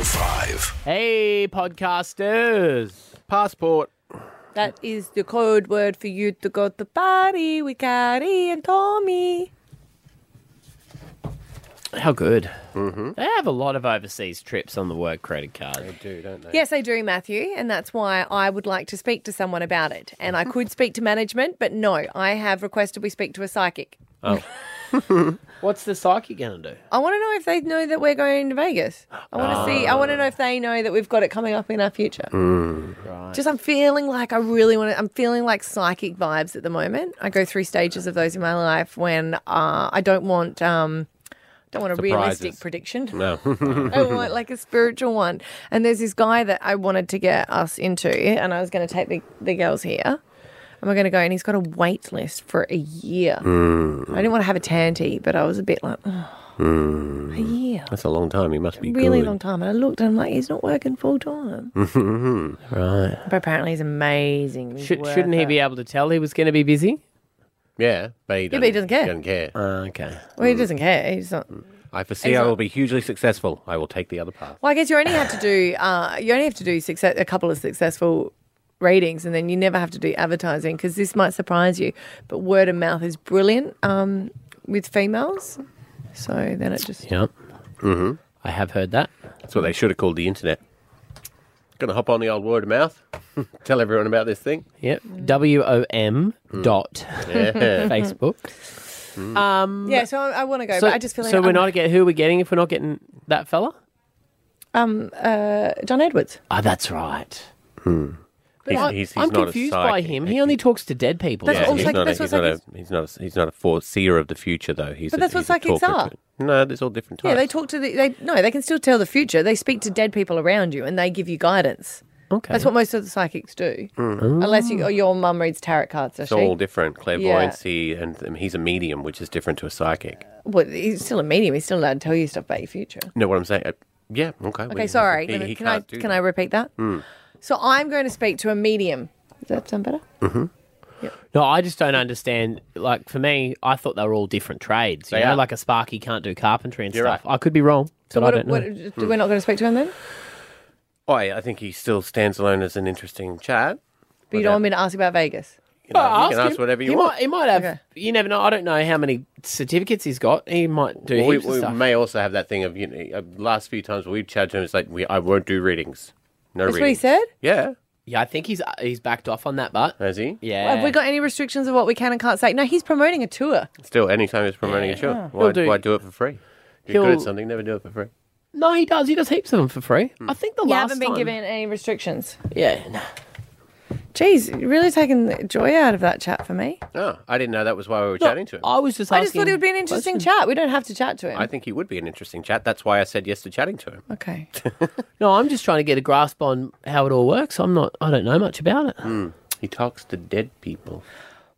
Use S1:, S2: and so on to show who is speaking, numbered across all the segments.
S1: Dave.
S2: Hey, podcasters.
S1: Passport.
S3: That is the code word for you to go to party with Carrie and Tommy.
S2: How good. Mm-hmm. They have a lot of overseas trips on the work credit card.
S1: Do don't they?
S3: Yes, I do, Matthew, and that's why I would like to speak to someone about it. And I could speak to management, but no, I have requested we speak to a psychic.
S2: What's the psyche going to do?
S3: I want to know if they know that we're going to Vegas. I want to see. I want to know if they know that we've got it coming up in our future. Just I'm feeling like I really want to. I'm feeling like psychic vibes at the moment. I go through stages of those in my life when uh, I don't want. Um, don't want a realistic
S1: Surprises.
S3: prediction.
S1: No.
S3: I want Oh, like a spiritual one. And there's this guy that I wanted to get us into, and I was going to take the, the girls here. And we're going to go, and he's got a wait list for a year.
S2: Mm.
S3: I didn't want to have a tanty, but I was a bit like, oh,
S2: Mm.
S3: a year.
S1: That's a long time. He must be
S3: Really
S1: good.
S3: long time. And I looked and I'm like, he's not working full time.
S2: Right.
S3: but apparently he's amazing. He's
S2: Should,
S3: worth
S2: shouldn't he
S3: it.
S2: be able to tell he was going to be busy?
S1: Yeah, but he,
S3: but he doesn't care.
S1: Doesn't care.
S2: Uh, okay.
S3: Well, he doesn't care. He's not.
S1: I foresee I will be hugely successful. I will take the other path.
S3: Well, I guess you only have to do uh, you only have to do success, a couple of successful ratings, and then you never have to do advertising because this might surprise you. But word of mouth is brilliant um, with females, so then it just
S2: Yep. Mm-hmm. I have heard that.
S1: That's what they should have called the internet. Gonna hop on the old word of mouth. Tell everyone about this thing.
S2: Yep. W O M
S1: Mm.
S2: dot
S1: Yeah.
S2: Facebook.
S3: yeah. So I, I want to go,
S2: So,
S3: but I just feel like
S2: so we're
S3: I'm-
S2: not get who we're getting if we're not getting that fella.
S3: um, uh, John Edwards.
S2: Oh, that's right.
S1: Ah, he's,
S2: I-
S1: he's- he's
S2: I'm
S1: not a
S2: confused by
S1: psychic.
S2: him. He only talks to dead people.
S3: That's
S1: Yeah,
S3: all
S1: he's,
S3: psych-
S1: not a,
S3: that's what
S1: he's, not a,
S3: psychics-
S1: he's not a he's not a foreseer of the future though. He's
S3: But
S1: a,
S3: that's what
S1: he's a
S3: psychics
S1: talker.
S3: are.
S1: No, there's all different types.
S3: Yeah, they talk to the they no, they can still tell the future. They speak to dead people around you and they give you guidance.
S2: okay.
S3: That's what most of the psychics do, unless you, or your mum reads tarot cards. Does
S1: Mm. Oh. It's all
S3: she?
S1: different. Clairvoyancy and um, he's a medium, which is different to a psychic.
S3: Well, he's still a medium. He's still allowed to tell you stuff about your future.
S1: You know what I'm saying? Uh, yeah. Okay.
S3: Okay, sorry.
S1: He,
S3: Let me-
S1: he
S3: can I
S1: can't do
S3: can I
S1: that.
S3: repeat that?
S2: Hmm.
S3: So I'm going to speak to a medium. Does that sound better?
S2: No, I just don't understand. Like for me, I thought they were all different trades. You
S1: They
S2: know,
S1: are.
S2: like a sparky can't do carpentry and
S1: You're
S2: stuff.
S1: right.
S2: I could be wrong, but
S3: what,
S2: I don't know. Hmm.
S3: what, We're not going to speak to him then.
S1: Oh, yeah, I think he still stands alone as an interesting chat.
S3: But you don't want me to ask about Vegas.
S1: You, know,
S2: Well,
S1: you can ask
S2: him.
S1: whatever you
S2: he
S1: want.
S2: Might, he might have.
S3: Okay.
S2: You never know. I don't know how many certificates he's got. He might do
S1: Well, we,
S2: heaps of
S1: we
S2: stuff.
S1: may also have that thing of you know, uh, last few times we've chatted to him. It's like we, I won't do readings. No
S3: That's what he
S1: readings.
S3: said.
S1: Yeah.
S2: Yeah, I think he's uh, he's backed off on that, but
S1: Has he?
S2: yeah,
S3: Have we got any restrictions of what we can and can't say? No, he's promoting a tour.
S1: Still, anytime he's promoting a show, why,
S2: He'll do-
S1: why do it for free? If you're good
S2: He'll-
S1: at something, never do it for free.
S2: no, he does. He does heaps of them for free.
S1: Hmm.
S2: I think the
S3: You
S2: last
S3: haven't been
S2: time-
S3: given any restrictions.
S2: Yeah, no.
S3: Geez, you're really taking the joy out of that chat for me.
S1: Oh, I didn't know that was why we were chatting to him.
S2: I was just.
S3: I just thought
S2: asking
S3: it would be an interesting chat. We don't have to chat to him.
S1: I think he would be an interesting chat. That's why I said yes to chatting to him.
S3: okay.
S2: No, I'm just trying to get a grasp on how it all works. I'm not. I don't know much about it.
S1: He talks to dead people.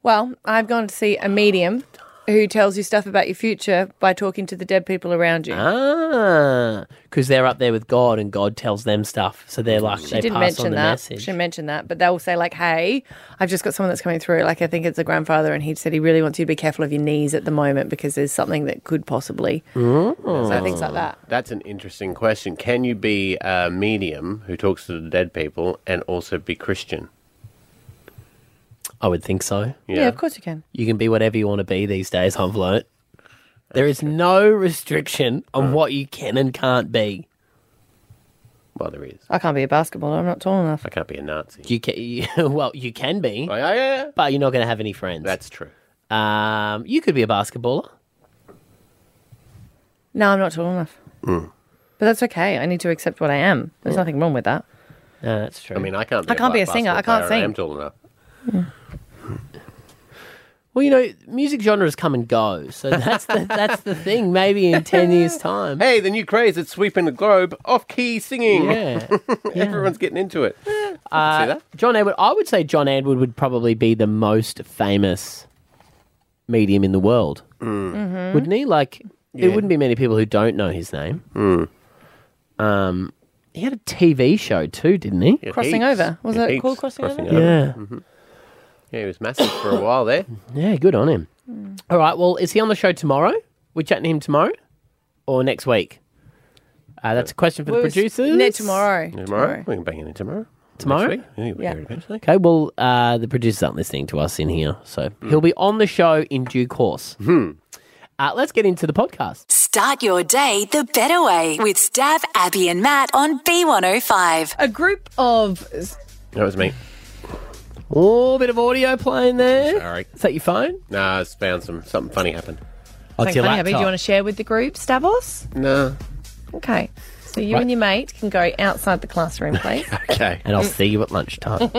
S3: Well, I've gone to see a medium who tells you stuff about your future by talking to the dead people around you.
S2: Ah, because they're up there with God, and God tells them stuff. So they're like
S3: She
S2: they
S3: did
S2: pass
S3: mention
S2: on the
S3: that.
S2: message.
S3: She mentioned that, but they'll say like, "Hey, I've just got someone that's coming through. Like, I think it's a grandfather, and he said he really wants you to be careful of your knees at the moment because there's something that could possibly."
S2: Oh.
S3: So things like that.
S1: That's an interesting question. Can you be a medium who talks to the dead people and also be Christian?
S2: I would think so.
S3: Yeah. of course you can.
S2: You can be whatever you want to be these days. I've learnt. There is no restriction on what you can and can't be.
S1: Well, there is.
S3: I can't be a basketballer. I'm not tall enough.
S1: I can't be a Nazi.
S2: You can, you, well, you can be,
S1: Oh, yeah, yeah, yeah.
S2: but you're not going to have any friends.
S1: That's true.
S2: um, you could be a basketballer.
S3: No, I'm not tall enough.
S2: Hmm.
S3: But that's okay. I need to accept what I am. There's nothing wrong with that.
S2: No, that's true.
S1: I mean, I can't. Be
S3: I can't be a
S1: black
S3: singer. I
S1: basketball
S3: can't
S1: player. I
S3: sing.
S1: am tall enough.
S2: well, you know, music genres come and go, so that's the, that's the thing. Maybe in ten years' time,
S1: Hey, the new craze that's sweeping the globe: off-key singing.
S2: yeah.
S1: Everyone's getting into it.
S2: Uh,
S1: see that.
S2: John Edward, I would say John Edward would probably be the most famous medium in the world,
S1: Mm.
S2: wouldn't he? Like, there wouldn't be many people who don't know his name. Um,
S1: Mm.
S2: he had a TV show too, didn't he?
S1: Yeah, Mm.
S3: Crossing
S1: heaps.
S3: Over. Was
S1: Yeah,
S3: it
S1: heaps.
S3: called Crossing Over?
S2: Yeah,
S1: Yeah, he was massive for a while there.
S2: yeah, good on him.
S1: Mm.
S2: All right, well, is he on the show tomorrow? We chatting to him tomorrow or next week? Uh, that's a question for the
S3: We'll s-
S2: producers.
S3: No, tomorrow.
S1: Tomorrow? We can bang it in tomorrow.
S2: Tomorrow?
S1: Next week? I think we'll
S3: Yeah.
S1: hear it eventually.
S2: Okay, well, uh, the producers aren't listening to us in here, so he'll be on the show in due course. Uh, let's get into the podcast.
S4: Start your day the better way with Stab, Abby, and Matt on oh. B105.
S3: A group of
S1: That was me.
S2: Oh, bit of audio playing there.
S1: Sorry.
S2: Is that your phone?
S1: Nah, I just found some something funny happened.
S2: Oh,
S3: Thanks, honey, Abby. Do you want to share with the group, Stavos?
S1: Nah.
S3: Okay. So you and your mate can go outside the classroom, please.
S1: Okay.
S3: Mm.
S2: and I'll see you at lunchtime.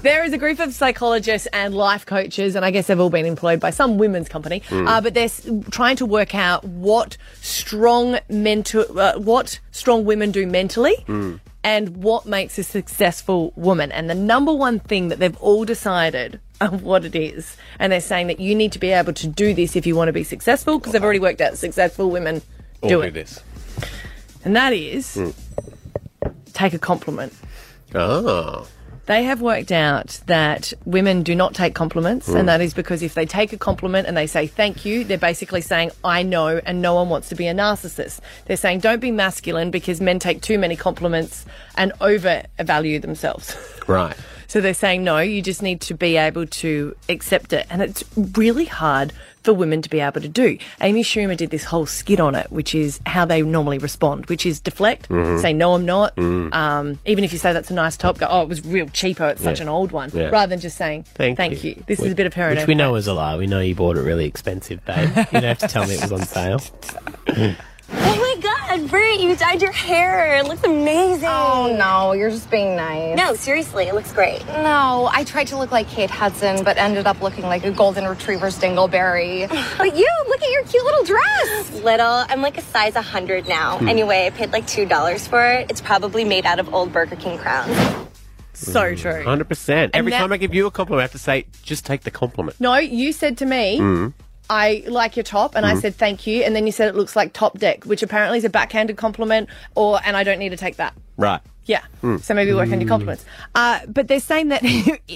S3: there is a group of psychologists and life coaches, and I guess they've all been employed by some women's company, uh, but they're s- trying to work out what strong mental, uh, what strong women do mentally. And what makes a successful woman? And the number one thing that they've all decided on what it is, and they're saying that you need to be able to do this if you want to be successful, because they've already worked out successful women
S1: All
S3: do
S1: do
S3: it.
S1: this.
S3: and that is take a compliment.
S1: Oh.
S3: They have worked out that women do not take compliments, and that is because if they take a compliment and they say thank you, they're basically saying, I know, and no one wants to be a narcissist. They're saying, don't be masculine because men take too many compliments and overvalue themselves.
S1: Right.
S3: so they're saying, no, you just need to be able to accept it. And it's really hard for women to be able to do. Amy Schumer did this whole skit on it, which is how they normally respond, which is deflect, say, no, I'm not. Um, even if you say that's a nice top, go, oh, it was real cheapo. It's such an old one.
S1: Yeah.
S3: Rather than just saying, thank, you. This is a bit of her.
S2: Which we know is a lie. We know you bought it really expensive, babe. You don't have to tell me it was on sale.
S5: Oh my god, Britt, you dyed your hair. It looks amazing.
S6: Oh no, you're just being nice.
S5: No, seriously, it looks great.
S6: No, I tried to look like Kate Hudson, but ended up looking like a golden retriever's dingleberry. but you, look at your cute little dress.
S5: Little, I'm like a size 100 now. Anyway, I paid like $2 for it. It's probably made out of old Burger King crowns.
S3: So true.
S1: 100%. Every
S3: that-
S1: time I give you a compliment, I have to say, just take the compliment.
S3: No, you said to me, I like your top, and I said thank you, and then you said it looks like top deck, which apparently is a backhanded compliment, or and I don't need to take that.
S1: Right.
S3: Yeah. So maybe work on your compliments. Uh, but they're saying that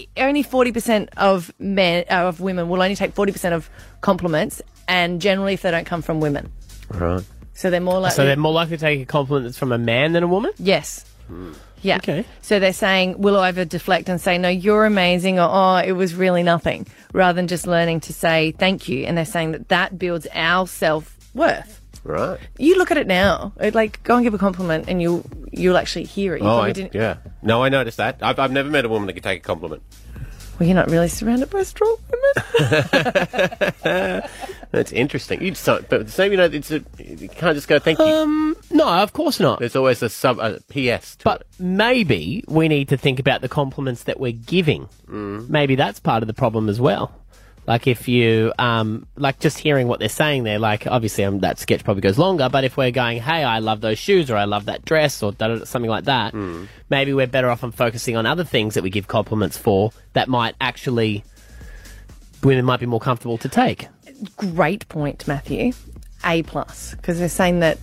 S3: only forty percent of men uh, of women will only take forty percent of compliments, and generally if they don't come from women,
S1: Right.
S3: so they're more likely.
S2: So they're more likely to take a compliment that's from a man than a woman?
S3: yes. Yeah.
S2: Okay.
S3: So they're saying we'll either deflect and say no, you're amazing, or oh, it was really nothing, rather than just learning to say thank you. And they're saying that that builds our self worth.
S1: Right.
S3: You look at it now, it, like go and give a compliment, and you'll you'll actually hear it. You
S1: Oh,
S3: probably
S1: I,
S3: didn't-
S1: yeah. No, I noticed that. I've, I've never met a woman that could take a compliment.
S3: Well, you're not really surrounded by strong women.
S1: That's interesting. You'd start, but at the same, you know, it's a, you can't just go, thank you.
S3: Um,
S2: No, of course not.
S1: There's always a sub, a PS to
S2: But
S1: it.
S2: maybe we need to think about the compliments that we're giving.
S1: Mm.
S2: Maybe that's part of the problem as well. Like if you, um, like just hearing what they're saying there, like obviously um, that sketch probably goes longer, but if we're going, hey, I love those shoes or I love that dress or da- da- something like that,
S1: Mm.
S2: maybe we're better off on focusing on other things that we give compliments for that might actually, women might be more comfortable to take.
S3: great point, Matthew. A plus, because they're saying that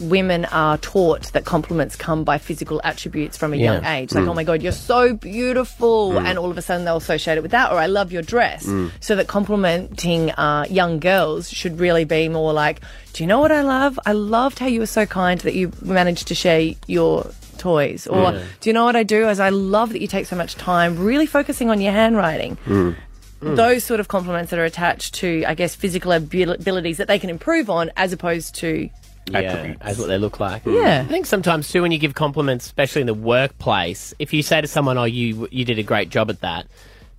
S3: women are taught that compliments come by physical attributes from a
S2: Yeah.
S3: young age. Like, oh my God, you're so beautiful. And all of a sudden they'll associate it with that, or I love your dress. So that complimenting uh, young girls should really be more like, do you know what I love? I loved how you were so kind that you managed to share your toys or do you know what i do is i love that you take so much time really focusing on your handwriting
S2: Hmm.
S3: those sort of compliments that are attached to, I guess, physical abil- abilities that they can improve on, as opposed to
S2: yeah, as what they look like.
S3: Yeah.
S2: I think sometimes too when you give compliments, especially in the workplace, if you say to someone, "Oh, you you did a great job at that,"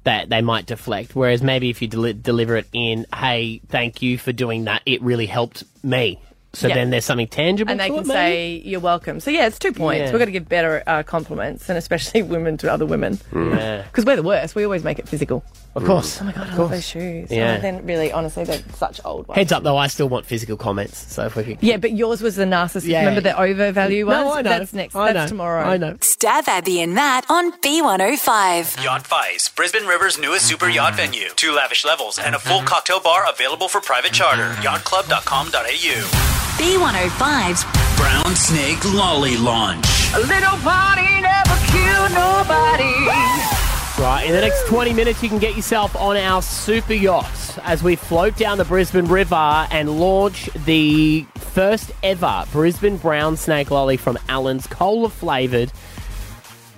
S2: that they might deflect. Whereas maybe if you deli- deliver it in, "Hey, thank you for doing that. It really helped me." So
S3: Yeah.
S2: then there's something tangible,
S3: and they
S2: to
S3: can
S2: it, maybe?
S3: say you're welcome. So yeah, it's two points.
S2: Yeah.
S3: We've got to give better uh, compliments, and especially women to other women, because
S2: Hmm. Yeah.
S3: we're the worst. We always make it physical.
S2: "Of course."
S3: Oh my god, I love those shoes.
S2: Yeah.
S3: Oh, then really, honestly, they're such old ones.
S2: Heads up though, I still want physical comments. So if we could,
S3: yeah, but yours was the narcissist.
S2: Yeah.
S3: Remember the overvalue ones?
S2: no, I know.
S3: That's next.
S2: I
S3: That's
S2: know.
S3: tomorrow.
S2: I know.
S4: Stab, Abby, and Matt on B105.
S7: Yacht Vice, Brisbane River's newest super yacht venue. Two lavish levels and a full cocktail bar available for private charter. Yachtclub.com.au.
S4: B105's
S7: Brown Snake Lolly Launch.
S2: Right, in the next 20 minutes, you can get yourself on our super yacht as we float down the Brisbane River and launch the first ever Brisbane brown snake lolly from Allen's cola flavoured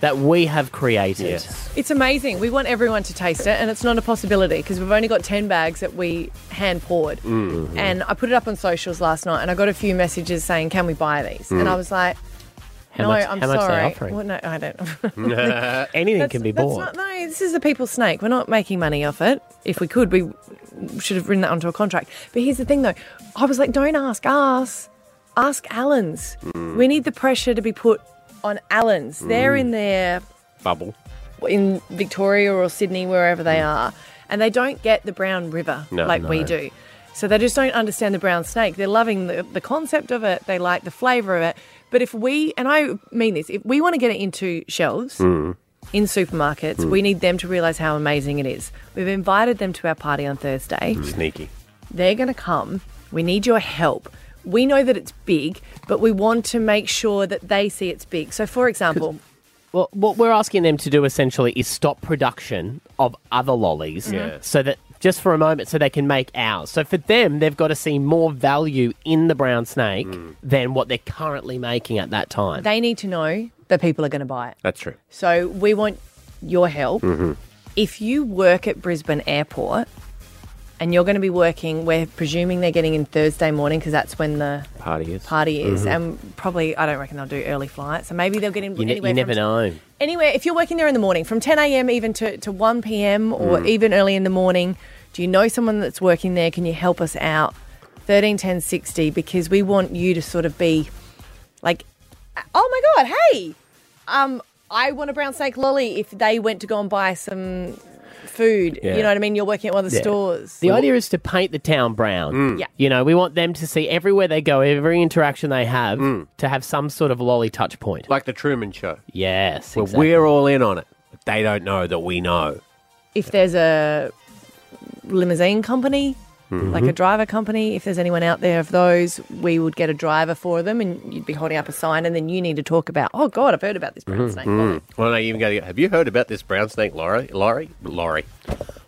S2: that we have created.
S3: It's amazing. We want everyone to taste it, and it's not a possibility because we've only got 10 bags that we hand poured. And I put it up on socials last night, and I got a few messages saying, Can we buy these? And I was like,
S2: How
S3: no,
S2: much?
S3: I'm
S2: how much
S3: sorry.
S2: they offering?
S3: Well, no, I don't.
S2: Anything
S3: That's-
S2: can be
S3: that's
S2: bought.
S3: not- no, this is a people's snake. We're not making money off it. If we could, we should have written that onto a contract. But here's the thing, though. I was like, don't ask us. Ask Allen's. We need the pressure to be put on Allen's. They're in their
S1: Bubble.
S3: in Victoria or Sydney, wherever they are, and they don't get the brown river
S1: Mm. No,
S3: like we
S1: no.
S3: do. So they just don't understand the brown snake. They're loving the, the concept of it, they like the flavour of it. But if we, and I mean this, if we want to get it into shelves
S1: Mm.
S3: in supermarkets, we need them to realise how amazing it is. We've invited them to our party on Thursday.
S1: Sneaky.
S3: They're going to come. We need your help. We know that it's big, but we want to make sure that they see it's big. So, for example,
S2: Well, what we're asking them to do essentially is stop production of other lollies,
S1: Yeah.
S2: so that just for a moment, so they can make ours. So for them, they've got to see more value in the brown snake
S1: Mm.
S2: than what they're currently making at that time.
S3: they need to know that people are going to buy it.
S1: That's true.
S3: So we want your help.
S2: Mm-hmm.
S3: If you work at Brisbane Airport and you're going to be working, we're presuming they're getting in Thursday morning because that's when the
S1: Party is.
S3: party is, and probably I don't reckon they'll do early flights. So maybe they'll get in
S2: Mm-hmm. you, ne-
S3: anywhere.
S2: you never
S3: from,
S2: know.
S3: Anywhere, if you're working there in the morning, from 10 a.m. even to, to 1 p.m. or
S2: Mm.
S3: even early in the morning, do you know someone that's working there? Can you help us out? 13 10 60 because we want you to sort of be like, oh my god, hey, um, I want a brown snake lolly. If they went to go and buy some food,
S1: Yeah.
S3: you know what I mean. You're working at one of the
S2: Yeah.
S3: stores.
S2: The idea is to paint the town brown.
S1: Mm.
S3: Yeah.
S2: You know, we want them to see everywhere they go, every interaction they have, to have some sort of lolly touch point.
S1: Mm. Like the Truman Show.
S2: yes.
S1: Well,
S2: exactly.
S1: we're all in on it. But they don't know that we know.
S3: if there's a limousine company,
S1: Mm-hmm.
S3: like a driver company, if there's anyone out there of those, we would get a driver for them, and you'd be holding up a sign, and then you need to talk about, oh god, I've heard about this
S1: Mm-hmm.
S3: brown snake. lolly."
S1: Well, no, you even got to go, have you heard about this brown snake lorry? Lorry? Lorry.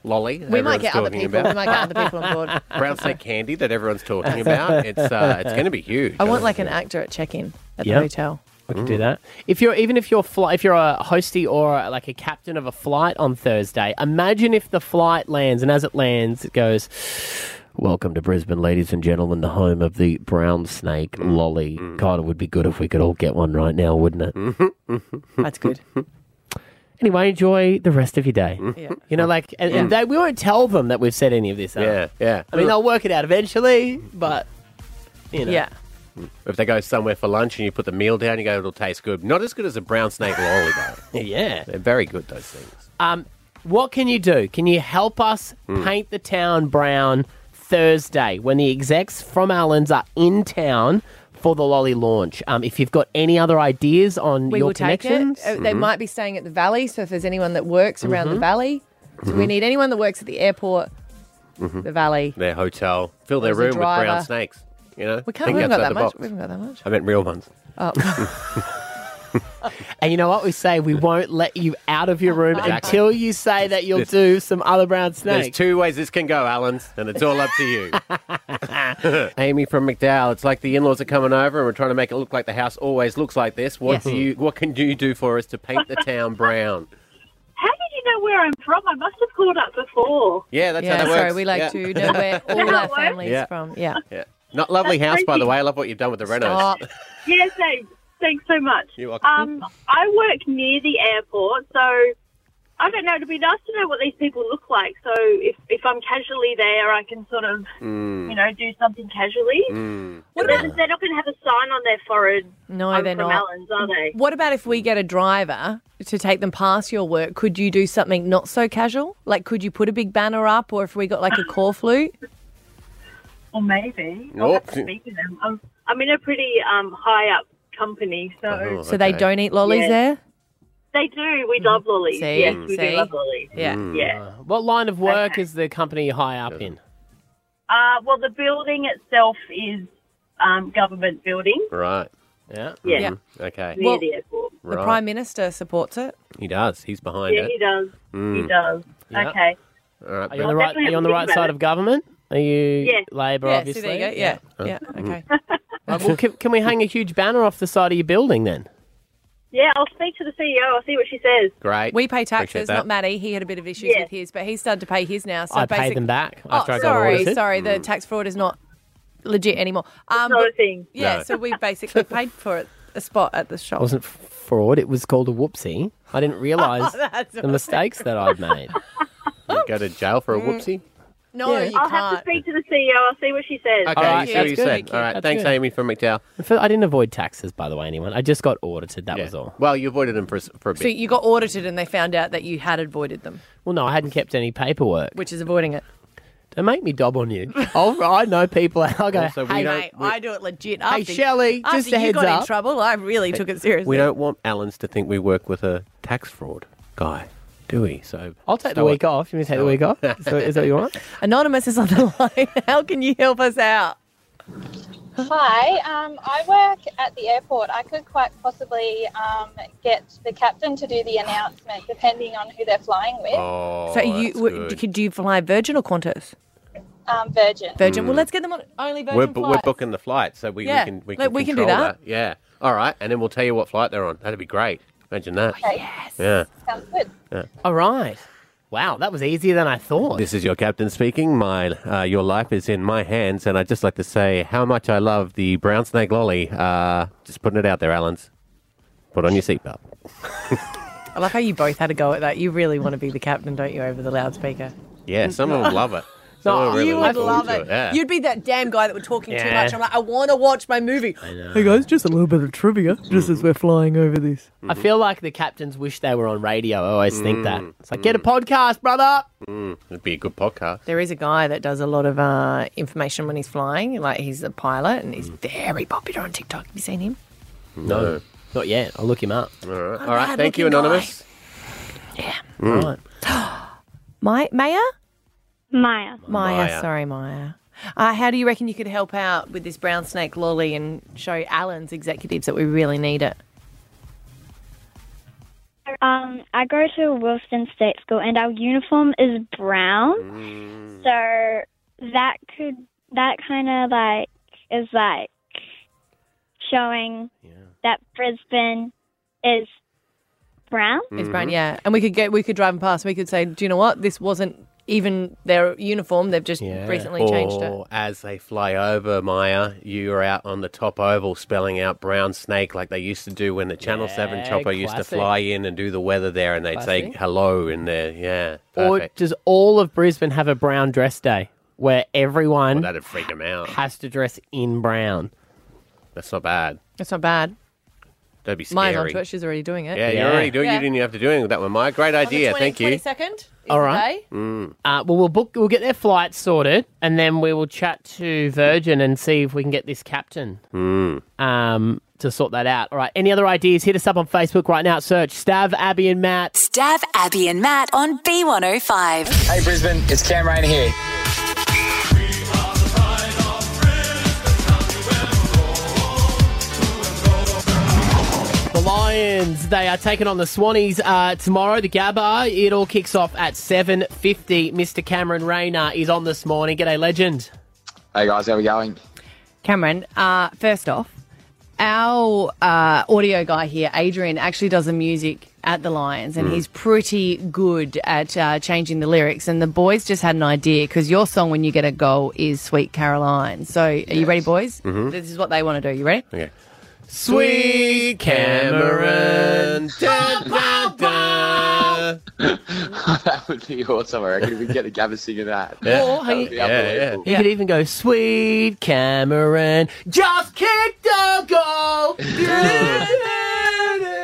S1: Lolly. that
S3: We might
S1: Mm-hmm. everyone's
S3: get other
S1: talking
S3: people.
S1: about?
S3: We might get other people on board.
S1: brown snake candy that everyone's talking about. It's uh, it's going to be huge.
S3: I want like an actor at check-in at
S2: Yeah.
S3: the hotel.
S2: We could
S1: Mm.
S2: do that. If you're even if you're fly, if you're a hostie or uh like a captain of a flight on Thursday, imagine if the flight lands and as it lands, it goes. Welcome to Brisbane, ladies and gentlemen, the home of the brown snake
S1: Mm.
S2: lolly. God, it would be good if we could all get one right now, wouldn't it?
S1: Mm.
S3: That's good.
S2: Anyway, enjoy the rest of your day.
S1: Mm.
S3: Yeah.
S2: You know, like, and, and they, we won't tell them that we've said any of this. out.
S1: Yeah, yeah.
S2: I mean, they'll work it out eventually, but you know,
S3: Yeah.
S1: if they go somewhere for lunch and you put the meal down, you go, it'll taste good. Not as good as a brown snake lolly, though.
S2: yeah.
S1: They're very good, those things.
S2: What can you do? Can you help us
S1: Mm.
S2: paint the town brown Thursday when the execs from Allen's are in town for the lolly launch? Um, if you've got any other ideas on
S3: We
S2: your
S3: will take it.
S2: connections,
S3: Uh,
S1: Mm-hmm.
S3: They might be staying at the Valley, so if there's anyone that works around the Valley, so
S1: Mm-hmm.
S3: we need anyone that works at the airport, the Valley.
S1: Their hotel, fill their
S3: There's a
S1: room with brown
S3: driver.
S1: snakes. You know,
S3: We can't.
S1: Think
S3: We haven't got
S1: outside
S3: that
S1: the
S3: much.
S1: box.
S3: We haven't got that much.
S1: I meant real ones.
S3: Oh,
S2: and you know what we say, we won't let you out of your room until you say that you'll
S1: There's-
S2: do some other brown
S1: There's
S2: snake.
S1: two ways this can go, Alan's, and it's all up to you. Amy from McDowell, it's like the in-laws are coming over, and we're trying to make it look like the house always looks like this. What
S3: Yes.
S1: do you? What can you do for us to paint the town brown?
S8: How did you know where I'm from? I must have called up before.
S1: Yeah, that's
S3: yeah.
S1: how that works.
S3: Sorry, we like
S1: Yeah.
S3: to know where
S8: how
S3: all our
S8: it works?
S3: families
S1: Yeah.
S3: from. Yeah.
S1: Yeah. Not lovely
S8: That's
S1: house, by the
S8: crazy.
S1: way. I love what you've done with the renos.
S3: Stop.
S8: Yeah, thanks. Thanks so much.
S1: You're welcome.
S8: Um, I work near the airport, so I don't know. It'd be nice to know what these people look like. So if, if I'm casually there, I can sort of,
S1: Mm.
S8: you know, do something casually. What about they're not going to have a sign on their forehead?
S3: No,
S8: I'm
S3: they're
S8: from
S3: not.
S8: Allen's, are they?
S3: What about if we get a driver to take them past your work? Could you do something not so casual? Like, could you put a big banner up, or if we got like a call flute?
S8: Or maybe.
S3: Oh,
S8: I'll have to
S1: Nope.
S8: speak to them. I'm, I'm in a pretty um, high up company, so
S1: Oh,
S3: So they
S1: okay. Mm,
S3: don't eat lollies
S8: Yeah.
S3: there.
S8: they do. We love lollies.
S3: See?
S8: yes, we
S3: See?
S8: do love lollies.
S3: Yeah.
S8: Yeah.
S2: what line of work
S8: Okay.
S2: is the company high up in?
S8: Uh, well, the building itself is um, government building.
S1: Right.
S2: Yeah.
S8: Yeah,
S3: Yeah.
S1: Okay.
S8: near
S3: Well-
S8: the airport.
S3: The
S1: Right.
S3: prime minister supports it.
S1: He does. He's behind
S8: Yeah, he
S1: it.
S8: does. He does.
S2: Yeah.
S8: Okay.
S1: All right.
S2: Are you
S1: but-
S2: on
S8: definitely
S2: the right? Are you on
S8: have
S2: the
S8: to
S2: right
S8: think about
S2: side
S8: it.
S2: of government? Are you
S8: Yeah.
S2: Labor?
S3: yeah.
S1: Uh,
S2: obviously.
S1: mm.
S3: See, there you go. Yeah. Yeah. Okay.
S2: Right, well, can, can we hang a huge banner off the side of your building then?
S8: Yeah, I'll speak to the CEO. I'll see what she says.
S1: Great.
S3: We pay
S1: Appreciate
S3: taxes,
S1: that.
S3: not Matty. He had a bit of issues
S8: Yeah.
S3: with his, but he's started to pay his now. So
S2: I
S3: basically,
S2: paid them back
S3: Oh,
S2: after I got
S3: sorry,
S2: audited.
S3: sorry.
S1: Mm.
S3: The tax fraud is not legit anymore.
S8: Not
S3: Um,
S8: a
S3: but-
S8: thing.
S3: yeah,
S1: No.
S3: so we basically paid for it, a spot at the shop.
S2: wasn't f- fraud. It was called a whoopsie. I didn't realise
S3: Oh, That's
S2: the mistakes that I'd made.
S1: You go to jail for a whoopsie.
S3: no,
S2: Yeah.
S3: you
S8: I'll have to
S3: can't.
S8: speak to the CEO. I'll see what she says.
S1: Okay,
S2: right,
S1: you see
S2: that's
S1: what you
S2: good.
S1: said. All right,
S2: That's
S1: thanks,
S2: good.
S1: Amy from McDowell.
S2: In fact, I didn't avoid taxes, by the way, anyone. I just got audited. That
S1: Yeah.
S2: was all.
S1: Well, you avoided him for, s- for a bit.
S3: So you got audited, and they found out that you had avoided them,
S2: Well, no, I hadn't kept any paperwork.
S3: which is avoiding it.
S2: Don't make me dob on you. I'll, I know people. I'll go,
S1: Also, we
S2: hey,
S1: don't-
S2: mate,
S3: Mate, I do it legit. After,
S2: Hey, Shelley,
S3: after
S2: just a
S3: you
S2: heads
S3: got
S2: up.
S3: in trouble, I really took it seriously.
S1: we don't want Allens to think we work with a tax fraud guy, do we? So
S2: I'll take the
S1: Stow it.
S2: week off. You want me to take the week off? Is that- is that what you want?
S3: Anonymous is on the line. How can you help us out?
S9: Hi, um, I work at the airport. I could quite possibly um, get the captain to do the announcement, depending on who they're flying with.
S1: Oh,
S3: so you
S1: that's
S3: w-
S1: good.
S3: could do you fly Virgin or Qantas?
S9: Um, Virgin.
S3: Virgin. Well, let's get them on only Virgin
S1: Hmm. we're, bu- we're
S3: flights.
S1: booking the flight, so we,
S3: Yeah,
S1: we can we
S3: like,
S1: can,
S3: we can do
S1: control
S3: that.
S1: Yeah. All right, and then we'll tell you what flight they're on. That'd be great. Imagine that.
S9: Yes.
S1: Yeah.
S9: Sounds good.
S2: All right. Wow, that was easier than I thought.
S1: This is your captain speaking. My, uh, your life is in my hands, and I'd just like to say how much I love the brown snake lolly. Uh, just putting it out there, Allens. Put on your seatbelt.
S3: I love how you both had a go at that. You really want to be the captain, don't you, over the loudspeaker?
S1: Yeah, someone would love it. Someone really
S3: you
S1: look
S3: would
S1: forward
S3: love
S1: to
S3: it.
S1: Yeah.
S3: You'd be that damn guy that were talking too
S2: Yeah.
S3: much. I'm like, I want to watch my movie.
S10: Hey guys, just a little bit of trivia, just as we're flying over this.
S2: I
S1: Mm-hmm.
S2: feel like the captains wish they were on radio. I always think that.
S1: Mm.
S2: It's like, get a podcast, brother.
S1: It'd be a good podcast.
S3: There is a guy that does a lot of uh, information when he's flying. Like he's a pilot and he's very popular on TikTok. Have you seen him?
S2: No, not yet. I'll look him up.
S1: All right. All right.
S3: bad
S1: Thank you,
S3: looking guy.
S1: Anonymous. Mm.
S2: Right.
S3: My Maya,
S8: Maya.
S3: Maya,
S1: Maya.
S3: sorry, Maya. Uh, how do you reckon you could help out with this brown snake lolly and show Alan's executives that we really need it?
S9: Um, I go to Wilson State School, and our uniform is brown.
S11: Mm.
S9: So that could that kind of like is like showing that Brisbane is brown.
S11: Mm.
S1: Mm-hmm.
S3: Is brown, yeah. And we could get, we could drive them past. We could say, do you know what? This wasn't even their uniform. They've just
S2: Yeah.
S3: recently
S1: or
S3: changed it.
S1: as they fly over, Maya, you're out on the top oval spelling out brown snake like they used to do when the Channel 7
S2: Yeah,
S1: chopper used to
S2: classic.
S1: fly in and do the weather there and they'd
S2: Classic.
S1: say hello in there. Yeah.
S2: Or
S1: Perfect.
S2: does all of Brisbane have a brown dress day where everyone
S1: Well, that'd freak them out.
S2: has to dress in brown?
S1: That's not bad.
S3: That's not bad.
S1: That'd be scary.
S3: Maya's onto it. She's already doing it.
S1: Yeah,
S2: Yeah.
S1: you're already doing
S3: Yeah.
S1: You didn't have to do anything with that one, Maya. Great idea. Thank you.
S3: Second.
S2: All right. Uh, well, we'll book. We'll get their flights sorted, and then we will chat to Virgin and see if we can get this captain
S1: Mm.
S2: um, to sort that out. All right. Any other ideas? Hit us up on Facebook right now. Search Stav, Abby, and Matt.
S4: Stab Abby and Matt on B105.
S11: Hey Brisbane, it's Cam Rain here.
S2: The Lions. They are taking on the Swannies uh, tomorrow. The Gabba. It all kicks off at seven fifty. Mr. Cameron Rayner is on this morning. G'day, legend.
S11: Hey guys, how we going?
S3: Cameron, uh, first off, our uh, audio guy here, Adrian, actually does the music at the Lions, and he's pretty good at uh, changing the lyrics. And the boys just had an idea because your song "When You Get a Goal" is "Sweet Caroline." So, are you ready, boys? This is what they want to do. You ready?
S1: Okay. Sweet Cameron. Dun, dun, dun.
S11: that would be awesome. I reckon if we could get the Gabba singing that.
S3: Oh,
S2: Or
S11: That
S2: he-
S11: would be
S1: Yeah,
S11: unbelievable.
S2: You could even go, sweet Cameron, just kick the goal.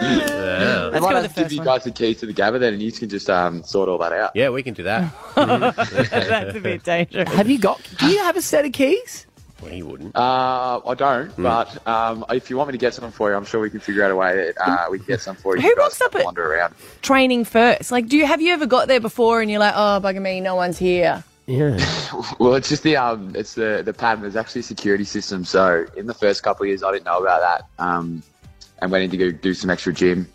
S1: Yeah.
S11: I might have to
S3: go with the
S11: give
S3: first
S11: you
S3: one.
S11: guys the keys to the Gabba then, and you can just um, sort all that out.
S1: yeah, we can do that.
S3: That's a bit dangerous.
S2: have you got? Do you have a set of keys?
S1: Well, he wouldn't.
S11: Uh, I don't,
S3: Hmm.
S11: but um, if you want me to get some for you, I'm sure we can figure out a way that uh, we can get some for you.
S3: Who
S11: You guys
S3: rocks up
S11: can
S3: at-
S11: Wander around.
S3: Training first. Like, do you have you ever got there before and you're like, oh bugger me, no one's here?
S11: Well, it's just the um, it's the the pattern. There's actually a security system. So in the first couple of years, I didn't know about that. Um, and went in to go do some extra gym.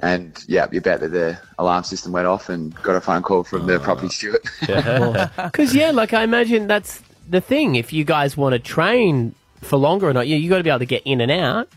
S11: And yeah, you bet that the alarm system went off and got a phone call from the property steward.
S2: Because yeah, like I imagine that's the thing. If you guys want to train for longer or not. You you got to be able to get in and out.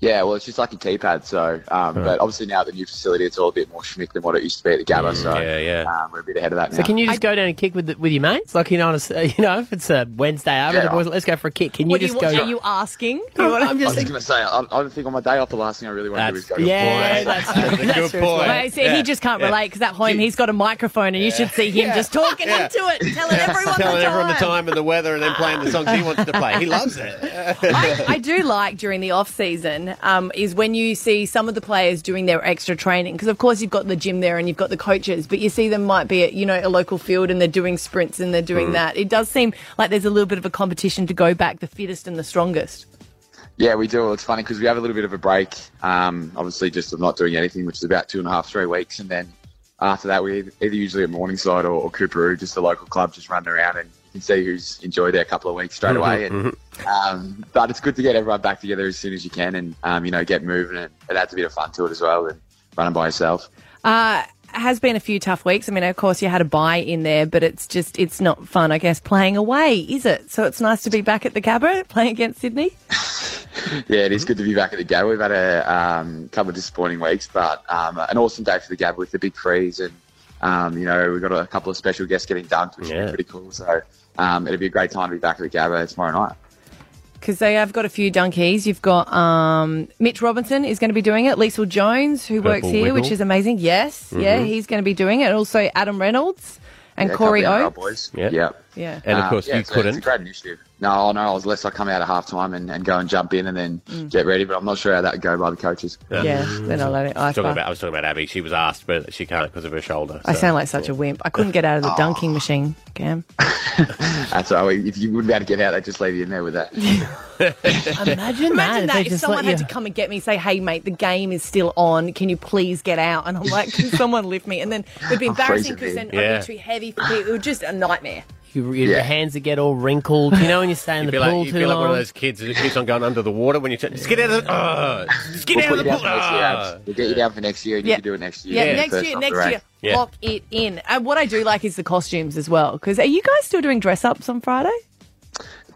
S11: Yeah, well, it's just like a keypad. So, um, but obviously now at the new facility, it's all a bit more schmick than what it used to be at the Gabba. so, yeah, yeah, um, we're a bit ahead of that now.
S2: So can you just go down and kick with the, with your mates? Like you know, on a s- uh, you know, if it's a Wednesday, out with the
S11: Yeah.
S2: boys, let's go for a kick. Can you
S11: What do you
S2: just
S11: want-
S2: go?
S11: are you
S3: asking?
S11: I'm just going to say, I, I don't think on my day off, the last thing I really want to do is go. to a
S2: yeah,
S11: ball.
S2: that's-
S3: That's true as well. Well, see, he just can't
S11: Yeah.
S3: relate because at home he's got a microphone and you should see him just talking
S12: Yeah.
S3: into it, telling everyone.
S12: telling
S3: the
S12: everyone the
S3: time.
S12: time and the weather, and then playing the songs he wants to play. He loves it.
S3: I, I do like during the off season um, is when you see some of the players doing their extra training because of course you've got the gym there and you've got the coaches, but you see them might be at you know a local field and they're doing sprints and they're doing
S11: Mm.
S3: that. It does seem like there's a little bit of a competition to go back the fittest and the strongest.
S11: Yeah, we do. It's funny because we have a little bit of a break. Um, obviously, just of not doing anything, which is about two and a half, three weeks, and then after that, we either usually at Morningside or, or Cooperoo, just the local club, just running around, and you can see who's enjoyed their couple of weeks straight away. And um, but it's good to get everyone back together as soon as you can, and um, you know, get moving, and it adds a bit of fun to it as well, and running by yourself.
S3: Uh, has been a few tough weeks. I mean, of course you had a buy in there, but it's just it's not fun, I guess, playing away, is it? So it's nice to be back at the Gabba playing against Sydney.
S11: Yeah,
S1: Mm-hmm.
S11: it is good to be back at the Gab. We've had a um, couple of disappointing weeks, but um, an awesome day for the Gab with the big freeze, and um, you know we've got a couple of special guests getting dunked, which is pretty cool. So um, it'll be a great time to be back at the Gab uh, tomorrow night.
S3: Because they have got a few dunkies. You've got um, Mitch Robinson is going to be doing it. Liesl Jones, who
S11: Purple
S3: works here, which
S11: Wiggle.
S3: is amazing. Yes, yeah,
S11: Mhm.
S3: he's going to be doing it. And also Adam Reynolds and
S11: Yeah,
S3: Corey
S11: couple of NRL boys.
S3: Oates.
S11: Yeah. yeah.
S3: Yeah.
S1: And
S12: Ah.
S1: of
S11: Um,
S1: course
S11: yeah,
S1: you
S11: it's a- it's a
S1: couldn't.
S11: great initiative. No, I know. I was less I come out at half time and, and go and jump in and then
S3: Mm.
S11: get ready, but I'm not sure how that would go by the coaches.
S3: Yeah, they're not allowed to- ice
S1: talking
S3: bar.
S1: about, I was talking about Abby. She was asked, but she can't because of her shoulder.
S3: I
S1: so-
S3: sound like such a wimp. I couldn't get out of the dunking machine, Cam.
S11: That's all. right. If you wouldn't be able to get out, they just leave you in there with that.
S3: Imagine
S2: that, if
S3: that,
S2: they
S3: if,
S2: just
S3: someone
S2: let
S3: had
S2: you-
S3: to come and get me, say, "Hey, mate, the game is still on. Can you please get out?" And I'm like, "Can someone lift me?" And then it'd be
S2: I'm
S3: embarrassing because
S2: freezing,
S3: then
S2: dude. Yeah.
S3: I'd be too heavy for people. It would just a nightmare.
S2: You, your
S1: Yeah.
S2: hands would get all wrinkled. You know when you stay in
S1: You'd
S2: the
S1: be like,
S2: pool
S1: you'd
S2: too
S1: be like
S2: long.
S1: one of those kids that keeps on going under the water when you t- just get out of the, uh, just get
S11: We'll
S1: out
S11: put
S1: of
S11: you
S1: the
S11: down
S1: pool.
S11: for next year,
S1: ah."
S11: Abs. We'll get you down for next year, and
S3: Yeah.
S11: you can do it next year.
S3: Yeah,
S11: First
S3: next year,
S11: off the
S3: next
S11: rank.
S3: year, lock it in. And what I do like is the costumes as well. Because are you guys still doing dress ups on Friday?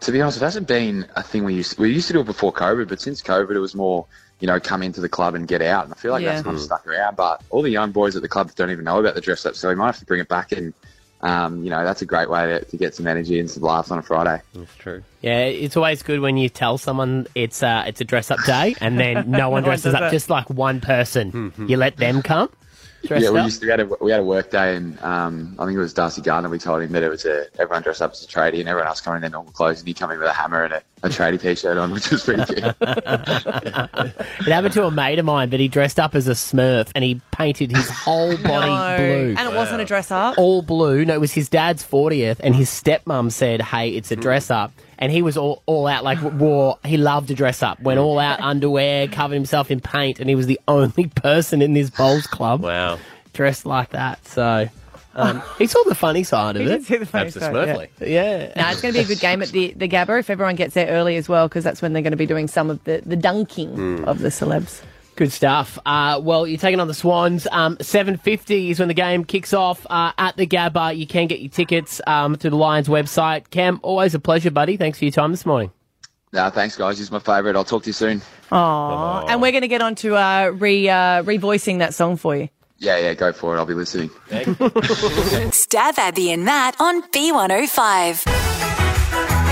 S11: To be honest, it hasn't been a thing we used we used to do it before COVID, but since COVID, it was more you know come into the club and get out, and I feel like
S3: Yeah.
S11: that's kind of
S3: Mm.
S11: stuck around. But all the young boys at the club don't even know about the dress up, so we might have to bring it back, and um, you know that's a great way to, to get some energy and some laughs on a Friday.
S1: That's true.
S2: Yeah, it's always good when you tell someone it's uh, it's a dress up day, and then no one
S11: No one
S2: dresses
S11: does
S2: up.
S11: that.
S2: Just like one person, you let them come. Dressed
S11: yeah, we
S2: up.
S11: used to we had a, we had a work day, and um, I think it was Darcy Gardner. We told him that it was a everyone dressed up as a tradie, and everyone else coming in their normal clothes, and he come in with a hammer and a, a tradie t-shirt on, which was pretty good.
S2: It happened to a mate of mine, but he dressed up as a Smurf and he painted his whole body blue.
S3: And it wasn't a dress up.
S2: All blue. No, it was his dad's 40th, and his stepmom said, Hey, it's a dress up. And he was all, all out, like, wore, he loved to dress up, went all out underwear, covered himself in paint, and he was the only person in this bowls club.
S1: Wow.
S2: Dressed like that. So um, he saw the funny side of
S3: He
S2: it.
S3: did see the funny Perhaps a side,
S2: Yeah.
S3: yeah. Smurfly. No, it's going to be a good game at the, the Gabba if everyone gets there early as well, because that's when they're going to be doing some of the, the dunking
S2: Hmm.
S3: of the celebs.
S2: Good stuff. Uh, well, you're taking on the Swans. Um, 7.50 is when the game kicks off uh, at the Gabba. You can get your tickets um, through the Lions website. Cam, always a pleasure, buddy. Thanks for your time this morning.
S11: no, thanks guys. He's my favourite. I'll talk to you soon.
S3: Aww. And we're going to get on to uh, re, uh, revoicing that song for you.
S11: Yeah, yeah, go for it. I'll be listening.
S4: Stab Abby and Matt on B105.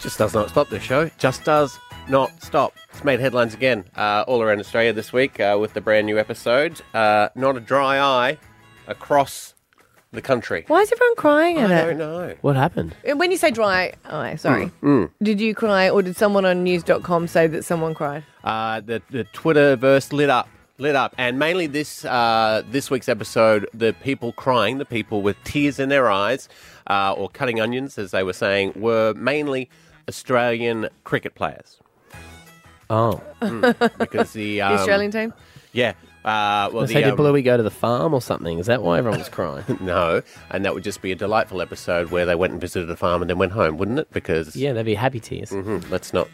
S1: Just does not stop the show. Just does not stop. It's made headlines again uh, all around Australia this week uh, with the brand new episode. Uh, not a dry eye across the country.
S13: Why is everyone crying at
S1: I
S13: it?
S1: don't know.
S2: What happened?
S13: When you say dry
S14: oh,
S13: eye, sorry.
S1: Mm.
S13: Did you cry or did someone on news.com say that someone cried?
S1: Uh, the the Twitterverse lit up, lit up, and mainly this uh, this week's episode, the people crying, the people with tears in their eyes, uh, or cutting onions, as they were saying, were mainly Australian cricket players.
S2: Oh.
S1: Mm, because the, um,
S13: Australian team?
S1: yeah. Uh, well,
S2: so
S1: the,
S2: did
S1: um,
S2: Bluey go to the farm or something? Is that why everyone was crying?
S1: no, and that would just be a delightful episode where they went and visited a farm and then went home, wouldn't it? Because
S2: Mm. yeah, they'd be happy tears.
S1: hmm let's not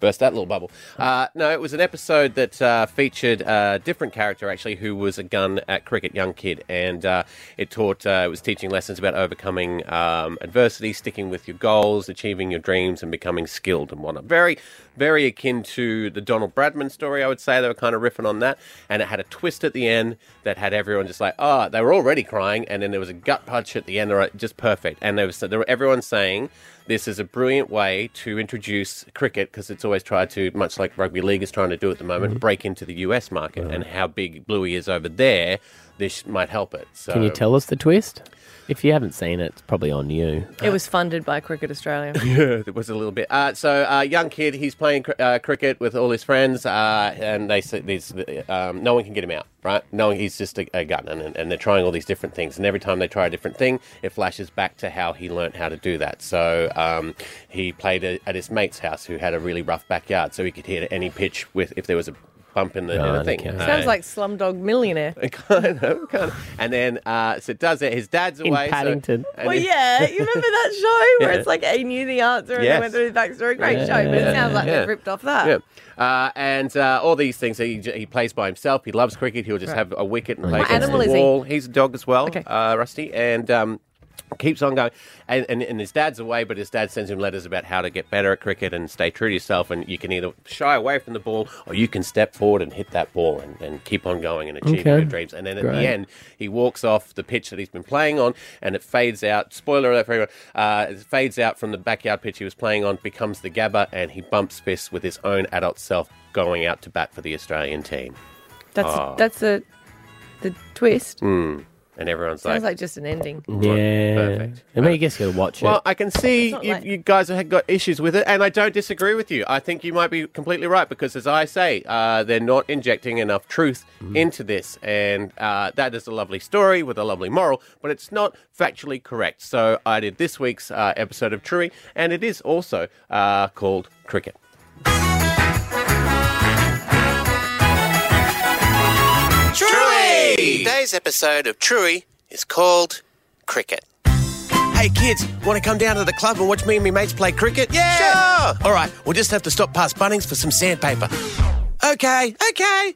S1: burst that little bubble. Uh, no, it was an episode that uh, featured a different character actually, who was a gun at cricket, young kid, and uh, it taught uh, it was teaching lessons about overcoming um, adversity, sticking with your goals, achieving your dreams, and becoming skilled and whatnot. Very, very akin to the Donald Bradman story, I would say. They were kind of riffing on that, and it had a twist at the end that had everyone just like, oh, they were already crying, and then there was a gut punch at the end, right, just perfect. And there was there were everyone saying this is a brilliant way to introduce cricket because it's always tried to, much like rugby league is trying to do at the moment,
S2: Mhm.
S1: break into the US market and how big Bluey is over there. This might help it. So
S2: Can you tell us the twist? If you haven't seen it, it's probably on you.
S14: It was funded by Cricket Australia.
S1: yeah, there was a little bit. Uh, so, uh, young kid, he's playing cr- uh, cricket with all his friends, uh, and they say these, um, no one can get him out, right? No, one, he's just a, a gun, and, and they're trying all these different things. And every time they try a different thing, it flashes back to how he learnt how to do that. So, um, he played a, at his mate's house, who had a really rough backyard, so he could hit any pitch with if there was a bump in the, in the
S2: Right,
S1: thing.
S2: okay.
S1: Uh,
S14: Sounds like Slumdog Millionaire.
S1: kind of, kind of. And then, uh, so it does it. His dad's
S2: In
S1: away. so-
S2: Paddington.
S1: and
S14: well,
S1: then-
S14: yeah, you remember that show where
S1: Yeah.
S14: it's like he knew the answer and
S1: Yes.
S14: they went through the backstory. Great
S1: Yeah.
S14: show, but it sounds like
S1: Yeah.
S14: they've ripped off that.
S1: Yeah. Uh, and uh, all these things. He, he plays by himself. He loves cricket. He'll just
S14: Right.
S1: have a wicket and
S14: What
S1: play against
S14: animal
S1: the
S14: is he?
S1: wall. He's a dog as well, uh, Rusty. And. Um, Keeps on going, and, and and his dad's away, but his dad sends him letters about how to get better at cricket and stay true to yourself. And you can either shy away from the ball, or you can step forward and hit that ball and, and keep on going and achieving
S2: Okay.
S1: your dreams. And then at
S2: Great.
S1: the end, he walks off the pitch that he's been playing on, and it fades out. Spoiler alert for everyone: uh, it fades out from the backyard pitch he was playing on, becomes the Gabba, and he bumps fists with his own adult self going out to bat for the Australian team.
S14: That's
S1: Oh.
S14: that's a the twist.
S1: Mm. And everyone's
S14: Sounds
S1: like,
S14: like just an ending.
S2: Yeah. Perfect. I mean, you guess you gotta watch
S1: Well,
S2: it.
S1: I can see
S14: It's not
S1: you,
S14: like-
S1: you guys have got issues with it, and I don't disagree with you. I think you might be completely right because, as I say, uh, they're not injecting enough truth into this, and uh, that is a lovely story with a lovely moral, but it's not factually correct. So I did this week's uh, episode of Truey, and it is also uh, called Cricket. Truey! Today's episode of Truey is called Cricket. Hey kids, want to come down to the club and watch me and my mates play cricket? Yeah! Sure! All right, we'll just have to stop past Bunnings for some sandpaper. Okay, okay.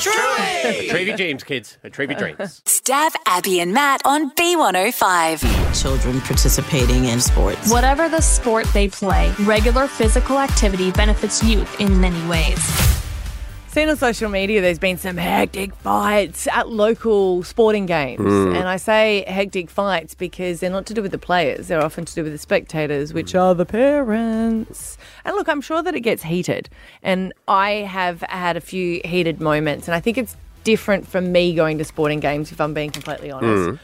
S1: Truly! Trevy James, kids. A Trevy Dreams.
S4: Stab Abby and Matt on B105.
S15: Children participating in sports.
S16: Whatever the sport they play, regular physical activity benefits youth in many ways.
S3: Seen on social media, there's been some hectic fights at local sporting games.
S16: Mm.
S3: And I say hectic fights because they're not to do with the players, they're often to do with the spectators, which are the parents. And look, I'm sure that it gets heated. And I have had a few heated moments. And I think it's different from me going to sporting games, if I'm being completely honest.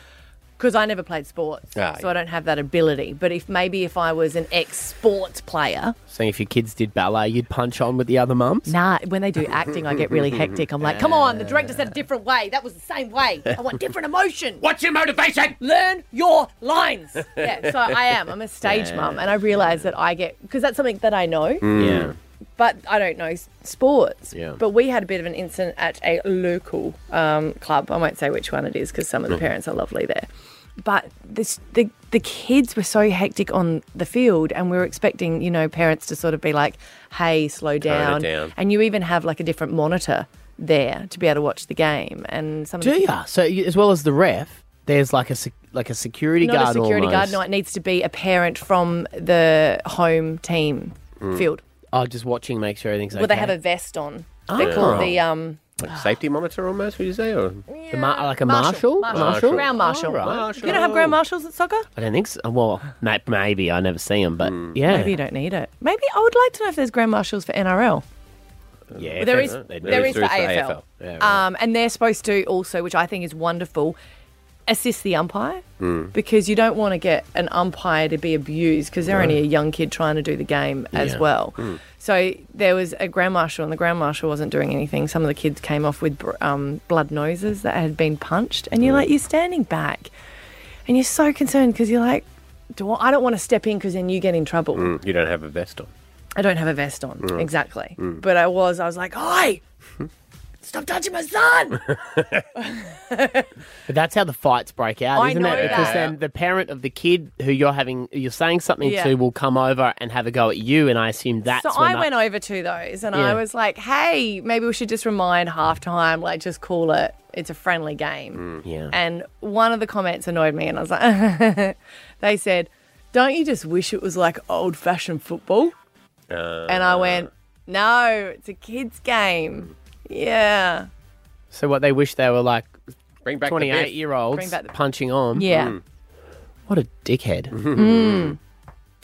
S3: Because I never played sports,
S2: Ah,
S3: so I don't have that ability. But if maybe if I was an ex sports player,
S2: Saying if your kids did ballet, you'd punch on with the other mums?
S3: Nah, when they do acting, I get really hectic. I'm like, come on, the director said a different way. That was the same way. I want different emotion.
S1: What's your motivation?
S3: Learn your lines. Yeah, so I am. I'm a stage
S2: Yeah.
S3: mum, and I realise that I get because that's something that I know,
S2: Yeah.
S3: but I don't know s- sports.
S2: Yeah.
S3: But we had a bit of an incident at a local um, club. I won't say which one it is because some of the
S16: Mhm.
S3: parents are lovely there. But this, the the kids were so hectic on the field, and we were expecting, you know, parents to sort of be like, "Hey, slow
S16: Tone it
S3: down.
S16: down.
S3: And you even have like a different monitor there to be able to watch the game. And some of
S2: Do
S3: the-
S2: ya? So you, as well as the ref, there's like a sec- like a security
S3: not
S2: guard.
S3: a security guard.
S2: almost.
S3: No, it needs to be a parent from the home team
S2: Mm.
S3: field.
S2: Oh, just watching, make sure everything's
S3: Well,
S2: okay.
S3: they have a vest on.
S2: Oh.
S3: They're called the um,
S1: Like safety monitor almost, would you say? Or
S2: The ma- like a marshal? Marshal?
S3: ground marshal.
S2: All right.
S3: You don't have grand marshals at soccer?
S2: I don't think so. Well, ma- maybe I never see them, but yeah,
S3: Maybe you don't need it. Maybe I would like to know if there's grand marshals for NRL.
S2: yeah.
S3: there is
S2: they do.
S3: there is for
S2: Through
S3: AFL, um, and they're supposed to also, which I think is wonderful, assist the umpire
S16: Hmm.
S3: because you don't want to get an umpire to be abused because they're
S16: No.
S3: only a young kid trying to do the game as
S16: Yeah.
S3: well.
S16: Mm.
S3: So there was a grand marshal, and the grand marshal wasn't doing anything. Some of the kids came off with br- um, blood noses that had been punched, and
S16: Hmm.
S3: you're like, you're standing back, and you're so concerned because you're like, do I, I don't want to step in because then you get in trouble.
S16: Hmm.
S1: Mm, you don't have a vest on.
S3: I don't have a vest on
S1: Mm.
S16: Hmm.
S3: exactly,
S1: Mm.
S3: but I was. I was like, "Hi,
S17: Stop touching my son!
S2: But that's how the fights break out,
S17: I
S2: isn't
S17: know
S2: it? Because
S17: that.
S2: then the parent of the kid who you're having, you're saying something
S3: Yeah.
S2: to, will come over and have a go at you, and I assume that's.
S3: so
S2: when
S3: I went over to those and
S2: Yeah.
S3: I was like, hey, maybe we should just remind halftime, like just call it. It's a friendly game.
S2: Yeah.
S3: And one of the comments annoyed me and I was like, they said, don't you just wish it was like old fashioned football?
S1: Uh,
S3: and I went, no, it's a kid's game. Yeah.
S2: So what they wish they were like.
S1: Bring
S3: back the
S2: twenty-eight
S3: biff.
S2: year olds
S3: Bring back the-
S2: punching on.
S3: Yeah. Mm.
S2: What a dickhead.
S3: Mm.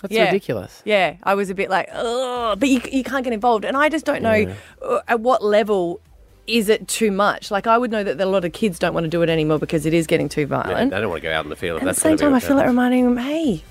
S2: That's
S3: Yeah.
S2: ridiculous.
S3: Yeah, I was a bit like, oh, but you, you can't get involved. And I just don't know
S2: Yeah.
S3: uh, at what level is it too much. Like, I would know that a lot of kids don't want to do it anymore because it is getting too
S1: Yeah,
S3: violent.
S1: they don't want to go out in the field. if
S3: At the
S1: that's
S3: same time,
S1: gonna be
S3: I
S1: what
S3: feel like
S1: happens.
S3: reminding them, hey,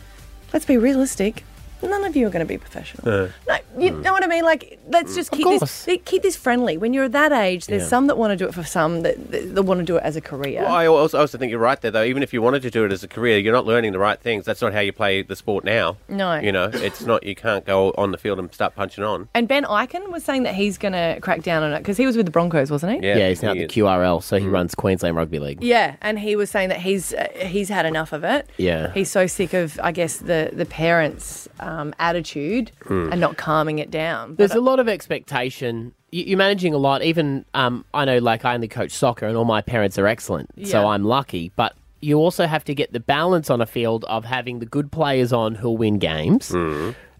S3: let's be realistic. None of you are going to be professional.
S1: Uh,
S3: No, you know what I mean? Like, let's just
S2: Of
S3: keep
S2: course.
S3: this they- keep this friendly. When you're that age, there's
S1: Yeah.
S3: some that want to do it for some that, that, that want to do it as a career.
S1: Well, I also, I also think you're right there, though. Even if you wanted to do it as a career, you're not learning the right things. That's not how you play the sport now.
S3: No.
S1: You know, it's not, you can't go on the field and start punching on.
S3: And Ben Eichen was saying that he's going to crack down on it because he was with the Mm. Broncos, wasn't he?
S2: Yeah, he's now at the QRL, so he runs Queensland Rugby League.
S3: Yeah, and he was saying that he's uh, he's had enough of it.
S2: Yeah.
S3: he's so sick of I guess the the parents' um, attitude
S2: Hmm.
S3: and not calming it down.
S2: There's a lot of expectation. You- You're managing a lot. Even um, I know, like I only coach soccer, and all my parents are excellent,
S3: Yeah.
S2: so I'm lucky. But you also have to get the balance on a field of having the good players on who'll win games,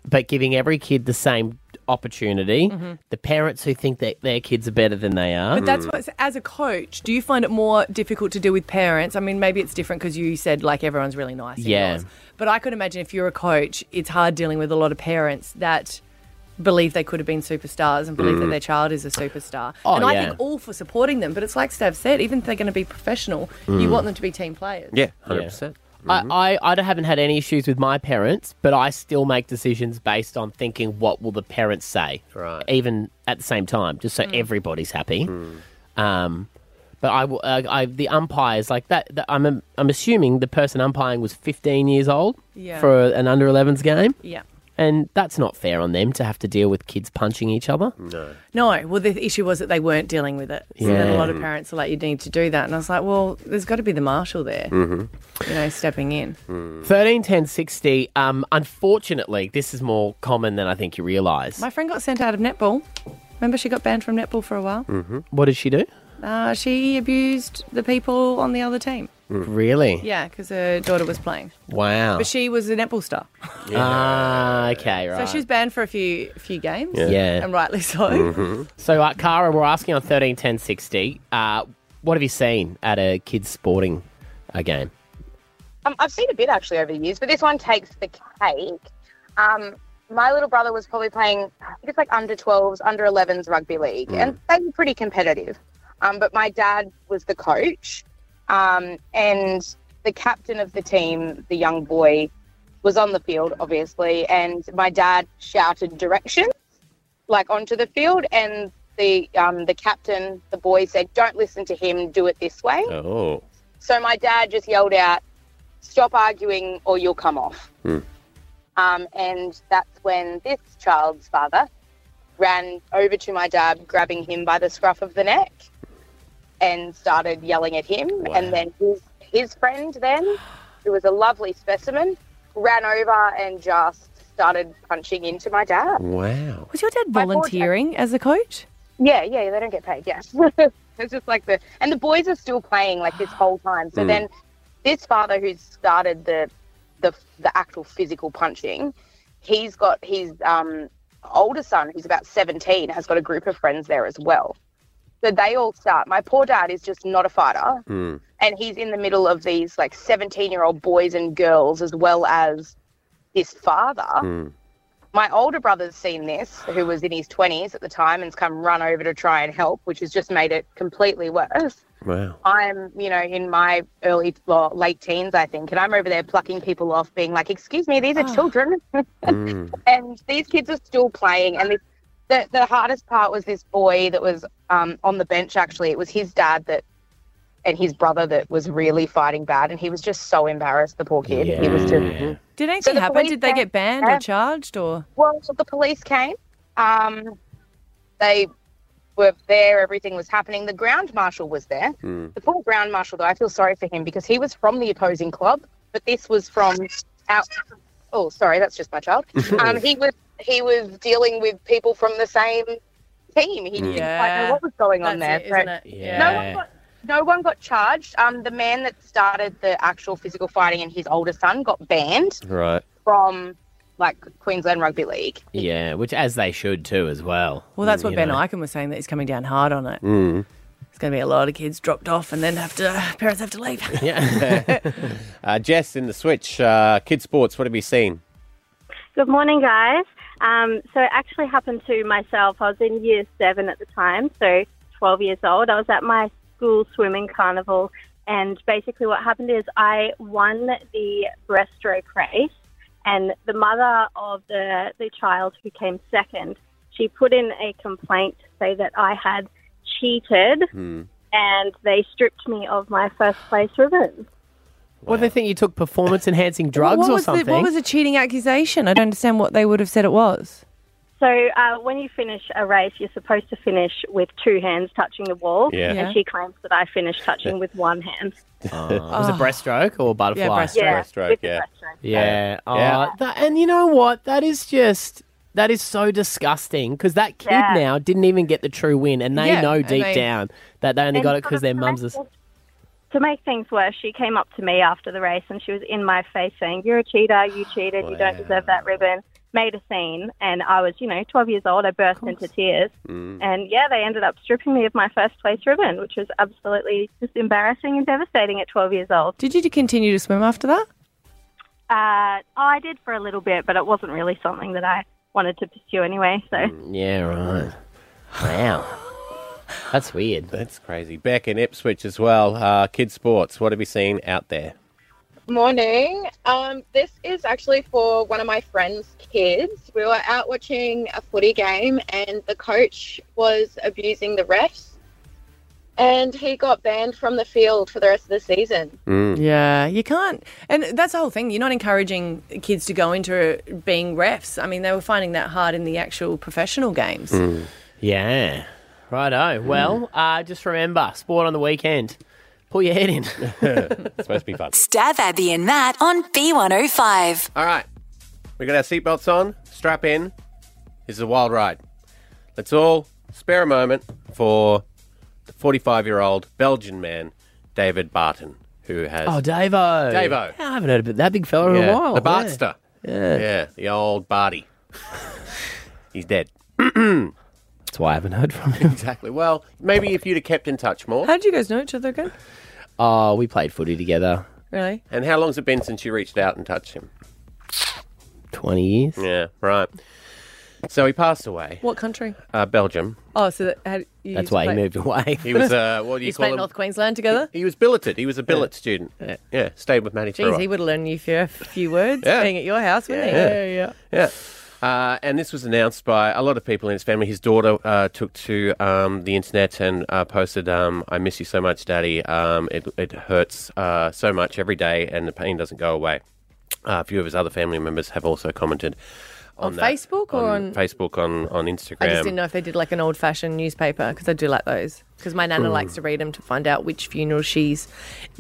S2: but giving every kid the same opportunity.
S3: Mhm.
S2: The parents who think that their kids are better than they are.
S3: But that's what, as a coach, do you find it more difficult to deal with parents? I mean, maybe it's different because you said like everyone's really nice. and
S2: Yeah.
S3: yours. But I could imagine if you're a coach, it's hard dealing with a lot of parents that believe they could have been superstars and believe that
S2: Mm.
S3: their child is a superstar.
S2: Oh,
S3: and I
S2: yeah.
S3: think all for supporting them. But it's like Stav said, even if they're going to be professional, you
S2: Mm.
S3: want them to be team players.
S1: Yeah, 100%.
S2: I, I, I haven't had any issues with my parents, but I still make decisions based on thinking what will the parents say, right. even at the same time, just so
S3: Mm.
S2: everybody's happy. Um, but I, will- uh, I, the umpires like that. that I'm, um, I'm assuming the person umpiring was 15 years old
S3: Yeah.
S2: for an under 11s game.
S3: Yeah.
S2: And that's not fair on them to have to deal with kids punching each other.
S1: No.
S3: No, well, the issue was that they weren't dealing with it. So then a lot of
S2: Yeah.
S3: parents are like, you need to do that. And I was like, well, there's got to be the marshal there,
S2: Mm-hmm.
S3: you know, stepping in.
S2: Thirteen, ten, sixty. Um, unfortunately, this is more common than I think you realise.
S3: My friend got sent out of netball. Remember, she got banned from netball for a while.
S2: Mm-hmm. What did she do?
S3: Uh, she abused the people on the other team.
S2: Really?
S3: Yeah, because her daughter was playing,
S2: Wow.
S3: but she was a netball star.
S2: Ah, okay, right.
S3: So she was banned for a few few games.
S2: Yeah. Yeah.
S3: and rightly so.
S1: Mm-hmm.
S2: So, uh, Cara, we're asking on thirteen ten sixty. Uh, what have you seen at a kids' sporting uh, game?
S16: Um, I've seen a bit actually over the years, but this one takes the cake. Um, my little brother was probably playing, I think it's like under 12s, under 11s rugby league, and they were pretty competitive. Um, but my dad was the coach, um, and the captain of the team, the young boy, was on the field, obviously, and my dad shouted directions like onto the field, and the um, the captain, the boy said, "Don't listen to him. Do it this way."
S1: Oh.
S16: So my dad just yelled out, "Stop arguing, or you'll come off."
S1: Hmm.
S16: Um, and that's when this child's father ran over to my dad, grabbing him by the scruff of the neck, and started yelling at him. And then his his friend, then who was a lovely specimen, ran over and just started punching into my dad.
S1: Wow.
S3: Was your dad volunteering as a coach?
S16: Yeah, yeah, they don't get paid. Yeah, it's just like the and the boys are still playing like this whole time. So
S3: Mm.
S16: then, this father who started the the the actual physical punching, he's got his um older son who's about seventeen has got a group of friends there as well. So they all start. My poor dad is just not a fighter,
S1: Mm.
S16: and he's in the middle of these like seventeen year old boys and girls as well as his father
S1: Mm.
S16: my older brother's seen this, who was in his 20s at the time, and's come run over to try and help, which has just made it completely worse.
S1: Wow.
S16: I'm, you know, in my early, well, late teens, I think, and I'm over there plucking people off, being like, excuse me, these are children.
S1: Mm,
S16: and these kids are still playing. And this, the, the hardest part was this boy that was um, on the bench, actually. It was his dad that, and his brother that was really fighting bad. And he was just so embarrassed, the poor kid. He was just,
S3: Did anything
S16: the
S3: happen?
S16: police
S3: Did they get banned
S16: Yeah.
S3: or charged or?
S16: well, so the police came. Um, they
S18: were there, everything was happening. The ground marshal was there.
S1: mm.
S18: The poor ground marshal, though, I feel sorry for him because he was from the opposing club, but this was from out. Oh, sorry, that's just my child. um, he was he was dealing with people from the same team. He didn't quite
S3: Yeah.
S18: know what was going on
S3: That's
S18: there.
S3: it,
S18: so
S3: isn't it?
S18: No one
S3: Yeah.
S18: got no one got charged. Um, the man that started the actual physical fighting and his older son got banned
S2: Right.
S18: from like Queensland Rugby League.
S2: Yeah, which as they should too as well.
S3: Well, that's what
S2: You
S3: Ben
S2: know.
S3: Eichen was saying that he's coming down hard on it.
S2: Mm.
S3: It's going to be a lot of kids dropped off and then have to parents have to leave.
S1: Yeah. uh, Jess in the Switch, uh, Kid Sports, what have you seen?
S16: Good morning, guys. Um, so it actually happened to myself. I was in year seven at the time, so 12 years old. I was at my school swimming carnival, and basically what happened is I won the breaststroke race, and the mother of the, the child who came second, she put in a complaint to say that I had cheated,
S2: Hmm.
S16: and they stripped me of my first place ribbon.
S2: What do they think you took performance enhancing drugs
S3: what
S2: or
S3: was
S2: something?
S3: The, what was a cheating accusation? I don't understand what they would have said it was.
S16: So uh, when you finish a race, you're supposed to finish with two hands touching the wall,
S2: Yeah. Yeah.
S16: and she claims that I finished touching with one hand.
S2: was it breaststroke or butterfly?
S16: breaststroke. Ah. Yeah, Breaststroke, with the
S2: yeah.
S16: yeah.
S2: Yeah. Oh,
S16: Yeah.
S2: tha- and you know what? That is just that is so disgusting because that kid
S16: Yeah.
S2: now didn't even get the true win, and they
S16: Yeah,
S2: know
S16: and
S2: deep
S16: they-
S2: down that they only
S16: And
S2: got it
S16: sort
S2: because
S16: of
S2: their mums is.
S16: To make things worse, she came up to me after the race and she was in my face saying, "You're a cheater. You cheated. You don't deserve that ribbon." Made a scene, and I was, you know, 12 years old. I burst into tears,
S2: Mm.
S16: and yeah, they ended up stripping me of my first place ribbon, which was absolutely just embarrassing and devastating at 12 years old.
S3: Did you continue to swim after that?
S16: Uh, oh, I did for a little bit, but it wasn't really something that I wanted to pursue anyway. So
S2: Mm. Yeah. Right. Wow. That's weird.
S1: That's crazy. Beck in Ipswich as well. Uh, Kid Sports, what have you seen out there?
S19: Morning. Um, this is actually for one of my friend's kids. We were out watching a footy game, and the coach was abusing the refs, and he got banned from the field for the rest of the season.
S1: Hmm.
S3: Yeah, you can't. And that's the whole thing. You're not encouraging kids to go into being refs. I mean, they were finding that hard in the actual professional games.
S1: Hmm.
S2: Yeah. Righto. Well, uh, just remember sport on the weekend. Pull your head in. it's
S1: supposed to be fun.
S4: Stab Abby and Matt on B105.
S1: All right. We got our seatbelts on, strap in. This is a wild ride. Let's all spare a moment for the 45 year old Belgian man, David Barton, who has.
S2: Oh, Davo.
S1: Davo.
S2: Yeah, I haven't heard about that big fella in
S1: Yeah,
S2: a while.
S1: The
S2: Yeah.
S1: Bartster.
S2: Yeah.
S1: Yeah, the old Barty. He's dead.
S2: That's why I haven't heard from him.
S1: exactly. Well, maybe if you'd have kept in touch more.
S3: How did you guys know each other again?
S2: Oh, we played footy together
S3: Really?
S1: And how long's it been since you reached out and touched him?
S2: 20 years.
S1: Yeah, right. So he passed away.
S3: What country?
S1: Uh, Belgium.
S3: Oh, so that had, you used to play-
S2: away.
S1: He was, uh, what do you,
S3: used to
S1: call
S3: play
S1: him?
S3: North Queensland together?
S1: He was billeted. He was a billet student. Yeah. stayed with Manny for a
S3: Geez,
S1: while.
S3: he would have learned you a few words
S1: Yeah.
S3: being at your house, wouldn't
S1: Yeah.
S3: he? Yeah,
S1: Yeah. Uh, and this was announced by a lot of people in his family. His daughter uh, took to um, the internet and uh, posted, um, "I miss you so much, Daddy. Um, it, it hurts uh, so much every day, and the pain doesn't go away." Uh, a few of his other family members have also commented on,
S3: On
S1: that.
S3: Facebook or on-
S1: Facebook on on Instagram.
S3: I just didn't know if they did like an old-fashioned newspaper because I do like those. Because my nana
S1: Mm.
S3: likes to read them to find out which funeral she's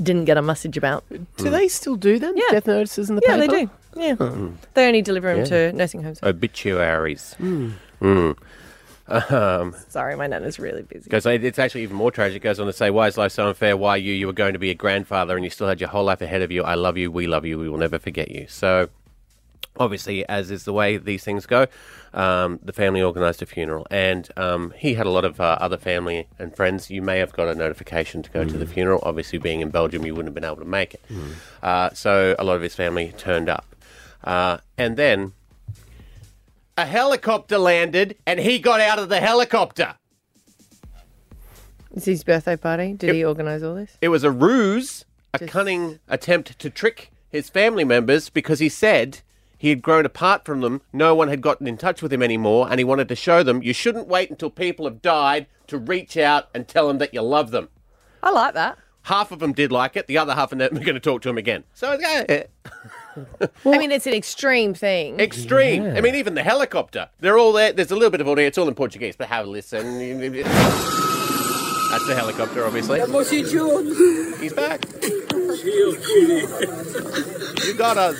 S3: didn't get a message about.
S1: Hmm.
S2: Do they still do them? Yeah. Death notices in the
S3: yeah,
S2: paper?
S3: they do. Yeah,
S1: Mm.
S3: they only deliver them
S1: Yeah.
S3: to nursing homes.
S1: Obituaries.
S3: Mm.
S1: Mm. Um,
S3: Sorry, my nana's really busy.
S1: Goes, it's actually even more tragic. It goes on to say, Why is life so unfair? Why you? You were going to be a grandfather and you still had your whole life ahead of you. I love you. We love you. We will never forget you. So, obviously, as is the way these things go, um, the family organised a funeral. And um, he had a lot of uh, other family and friends. You may have got a notification to go to the funeral. Obviously, being in Belgium, you wouldn't have been able to make it. Uh, so, a lot of his family turned up. Uh, and then a helicopter landed and he got out of the helicopter.
S3: It's his birthday party. Did he organise all this?
S1: It was a ruse, a cunning attempt to trick his family members because he said he had grown apart from them, no one had gotten in touch with him anymore, and he wanted to show them you shouldn't wait until people have died to reach out and tell them that you love them.
S3: I like that.
S1: Half of them did like it, the other half of them are going to talk to him again. So, yeah.
S20: I mean, it's an extreme thing.
S1: Extreme. I mean, even the helicopter. They're all there. There's a little bit of audio. It's all in Portuguese, but have a listen. That's the helicopter, obviously. He's back. You got us.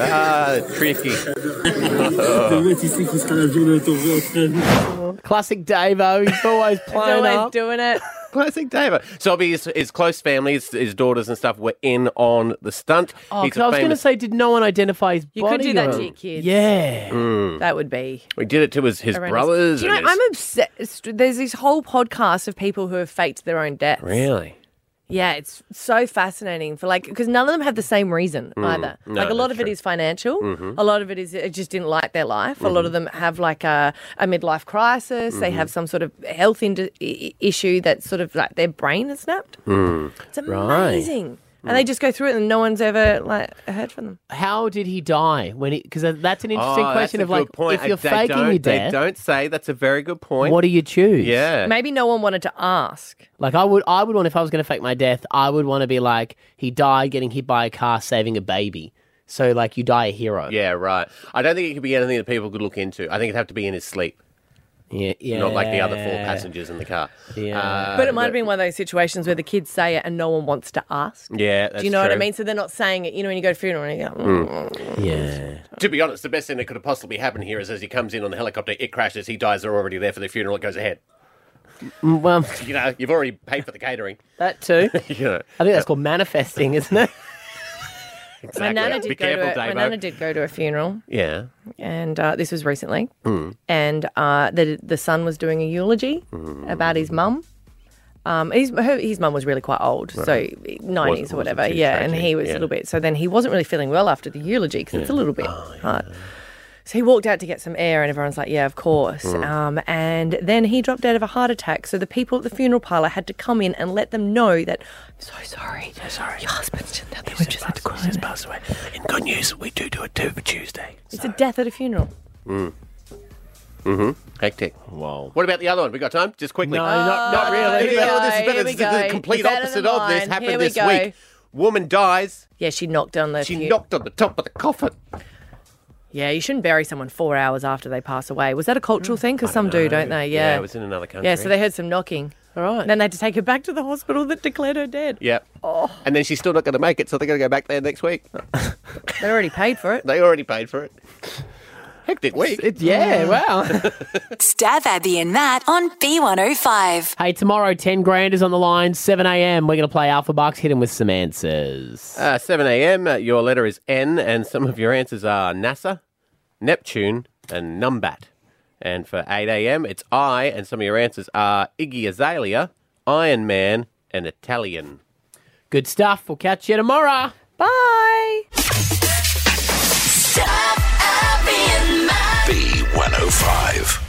S1: Ah, tricky.
S2: Classic Davo. He's always playing
S1: always
S2: up.
S20: doing it.
S1: Classic David. So obviously his, his close family, his, his daughters and stuff, were in on the stunt.
S2: Oh, 'cause I was going to say, did no one identify his
S20: You
S2: body?
S20: could do that to
S2: or-
S20: your kids.
S2: Yeah.
S1: Mm.
S20: That would be.
S1: We did it to his, his
S20: Horrendous.
S1: brothers.
S3: Do you know,
S1: and his-
S3: I'm obsessed. There's this whole podcast of people who have faked their own deaths.
S1: really?
S3: Yeah, it's so fascinating for like because none of them have the same reason
S20: Mm,
S3: either.
S20: no,
S3: like a lot
S20: that's
S3: of it is financial.
S20: Mhm.
S3: A lot of it is it just didn't like their life. A lot of them have like a, a midlife crisis. They
S1: Mhm.
S3: have some sort of health ind- i- issue that sort of like their brain has snapped. It's amazing. And they just go through it and no one's ever like heard from them.
S2: How did he die? When he because that's an interesting
S1: Oh,
S2: question
S1: that's
S2: of
S1: a
S2: like
S1: good point.
S2: if you're
S1: They
S2: faking
S1: don't-
S2: your
S1: They
S2: death,
S1: don't say. That's a very good point.
S2: what do you choose?
S1: Yeah.
S3: Maybe no one wanted to ask.
S2: Like I would, I would want if I was going to fake my death, I would want to be like he died getting hit by a car, saving a baby. So like you die a hero.
S1: Yeah, right. I don't think it could be anything that people could look into. I think it'd have to be in his sleep.
S2: Yeah,
S1: Not like the other four
S2: yeah.
S1: passengers in the car. Uh,
S2: Yeah. uh,
S3: but it might have been one of those situations where the kids say it and no one wants to ask.
S1: Yeah, that's
S3: Do you know what I
S1: true.
S3: mean? So they're not saying it. You know, when you go to funeral and you go, "Mm,
S2: Yeah.
S1: To be honest, the best thing that could have possibly happened here is as he comes in on the helicopter, it crashes, he dies, they're already there for the funeral, it goes ahead.
S2: Mm, Well,
S1: You know, you've already paid for the catering.
S2: that too.
S1: yeah.
S2: I think that's called manifesting, isn't it?
S3: My nana did
S1: Be
S3: go
S1: careful,
S3: to a, my
S1: Davo.
S3: nana did go to a funeral,
S1: Yeah.
S3: and uh, this was recently.
S1: Mm.
S3: And uh, the the son was doing a eulogy
S1: Mm.
S3: about his mum. Um, his her, his mum was really quite old, so
S1: Right.
S3: nineties
S1: Wasn't-
S3: or
S1: wasn't
S3: whatever.
S1: too
S3: Yeah, and
S1: tragic,
S3: he was
S1: yeah.
S3: a little bit. So then he wasn't really feeling well after the eulogy because it's a
S1: Yeah.
S3: little bit hard. So he walked out to get some air, and everyone's like, "Yeah, of course."
S1: Mm.
S3: Um, and then he dropped out of a heart attack. So the people at the funeral parlor had to come in and let them know that I'm so sorry, so sorry, your husband's just out there. We just had to call him.
S1: Passed away. And good news, we do do it too for Tuesday.
S3: It's a death at a funeral.
S1: Mm. Mm-hmm. Hectic. Wow. What about the other one? We got time? Just quickly.
S2: No, not-
S3: Oh,
S2: not really,
S1: Here we
S2: but-
S1: go, this is
S2: Here
S1: better.
S2: we
S1: This is the
S2: go.
S1: complete
S2: It's out of
S1: opposite
S2: the
S1: of this
S2: line.
S1: happened
S2: Here we
S1: this
S2: go.
S1: week. Woman dies.
S3: Yeah, she knocked on the.
S1: She
S3: fu-
S1: knocked on the top of the coffin.
S3: Uh, Yeah, you shouldn't bury someone four hours after they pass away. Was that a cultural thing? Because some do, don't they? Yeah.
S1: it was in another country.
S3: Yeah, so they heard some knocking. All right. Then they had to take her back to the hospital that declared her dead.
S1: Yep.
S3: Oh.
S1: And then she's still not going to make it, so they're going to go back there next week.
S3: they already paid for it.
S1: They already paid for it. Hectic week.
S2: yeah, wow.
S4: Stab Abby and Matt on B105.
S2: hey, tomorrow ten grand is on the line. Seven a.m. We're going to play Alpha Bucks. Hit him with some answers.
S1: Uh, 7 a.m. uh, Your letter is N, and some of your answers are NASA, Neptune, and Numbat. And for 8 a.m., it's I, and some of your answers are Iggy Azalea, Iron Man, and Italian.
S2: Good stuff. We'll catch you tomorrow.
S3: Bye.
S7: B105.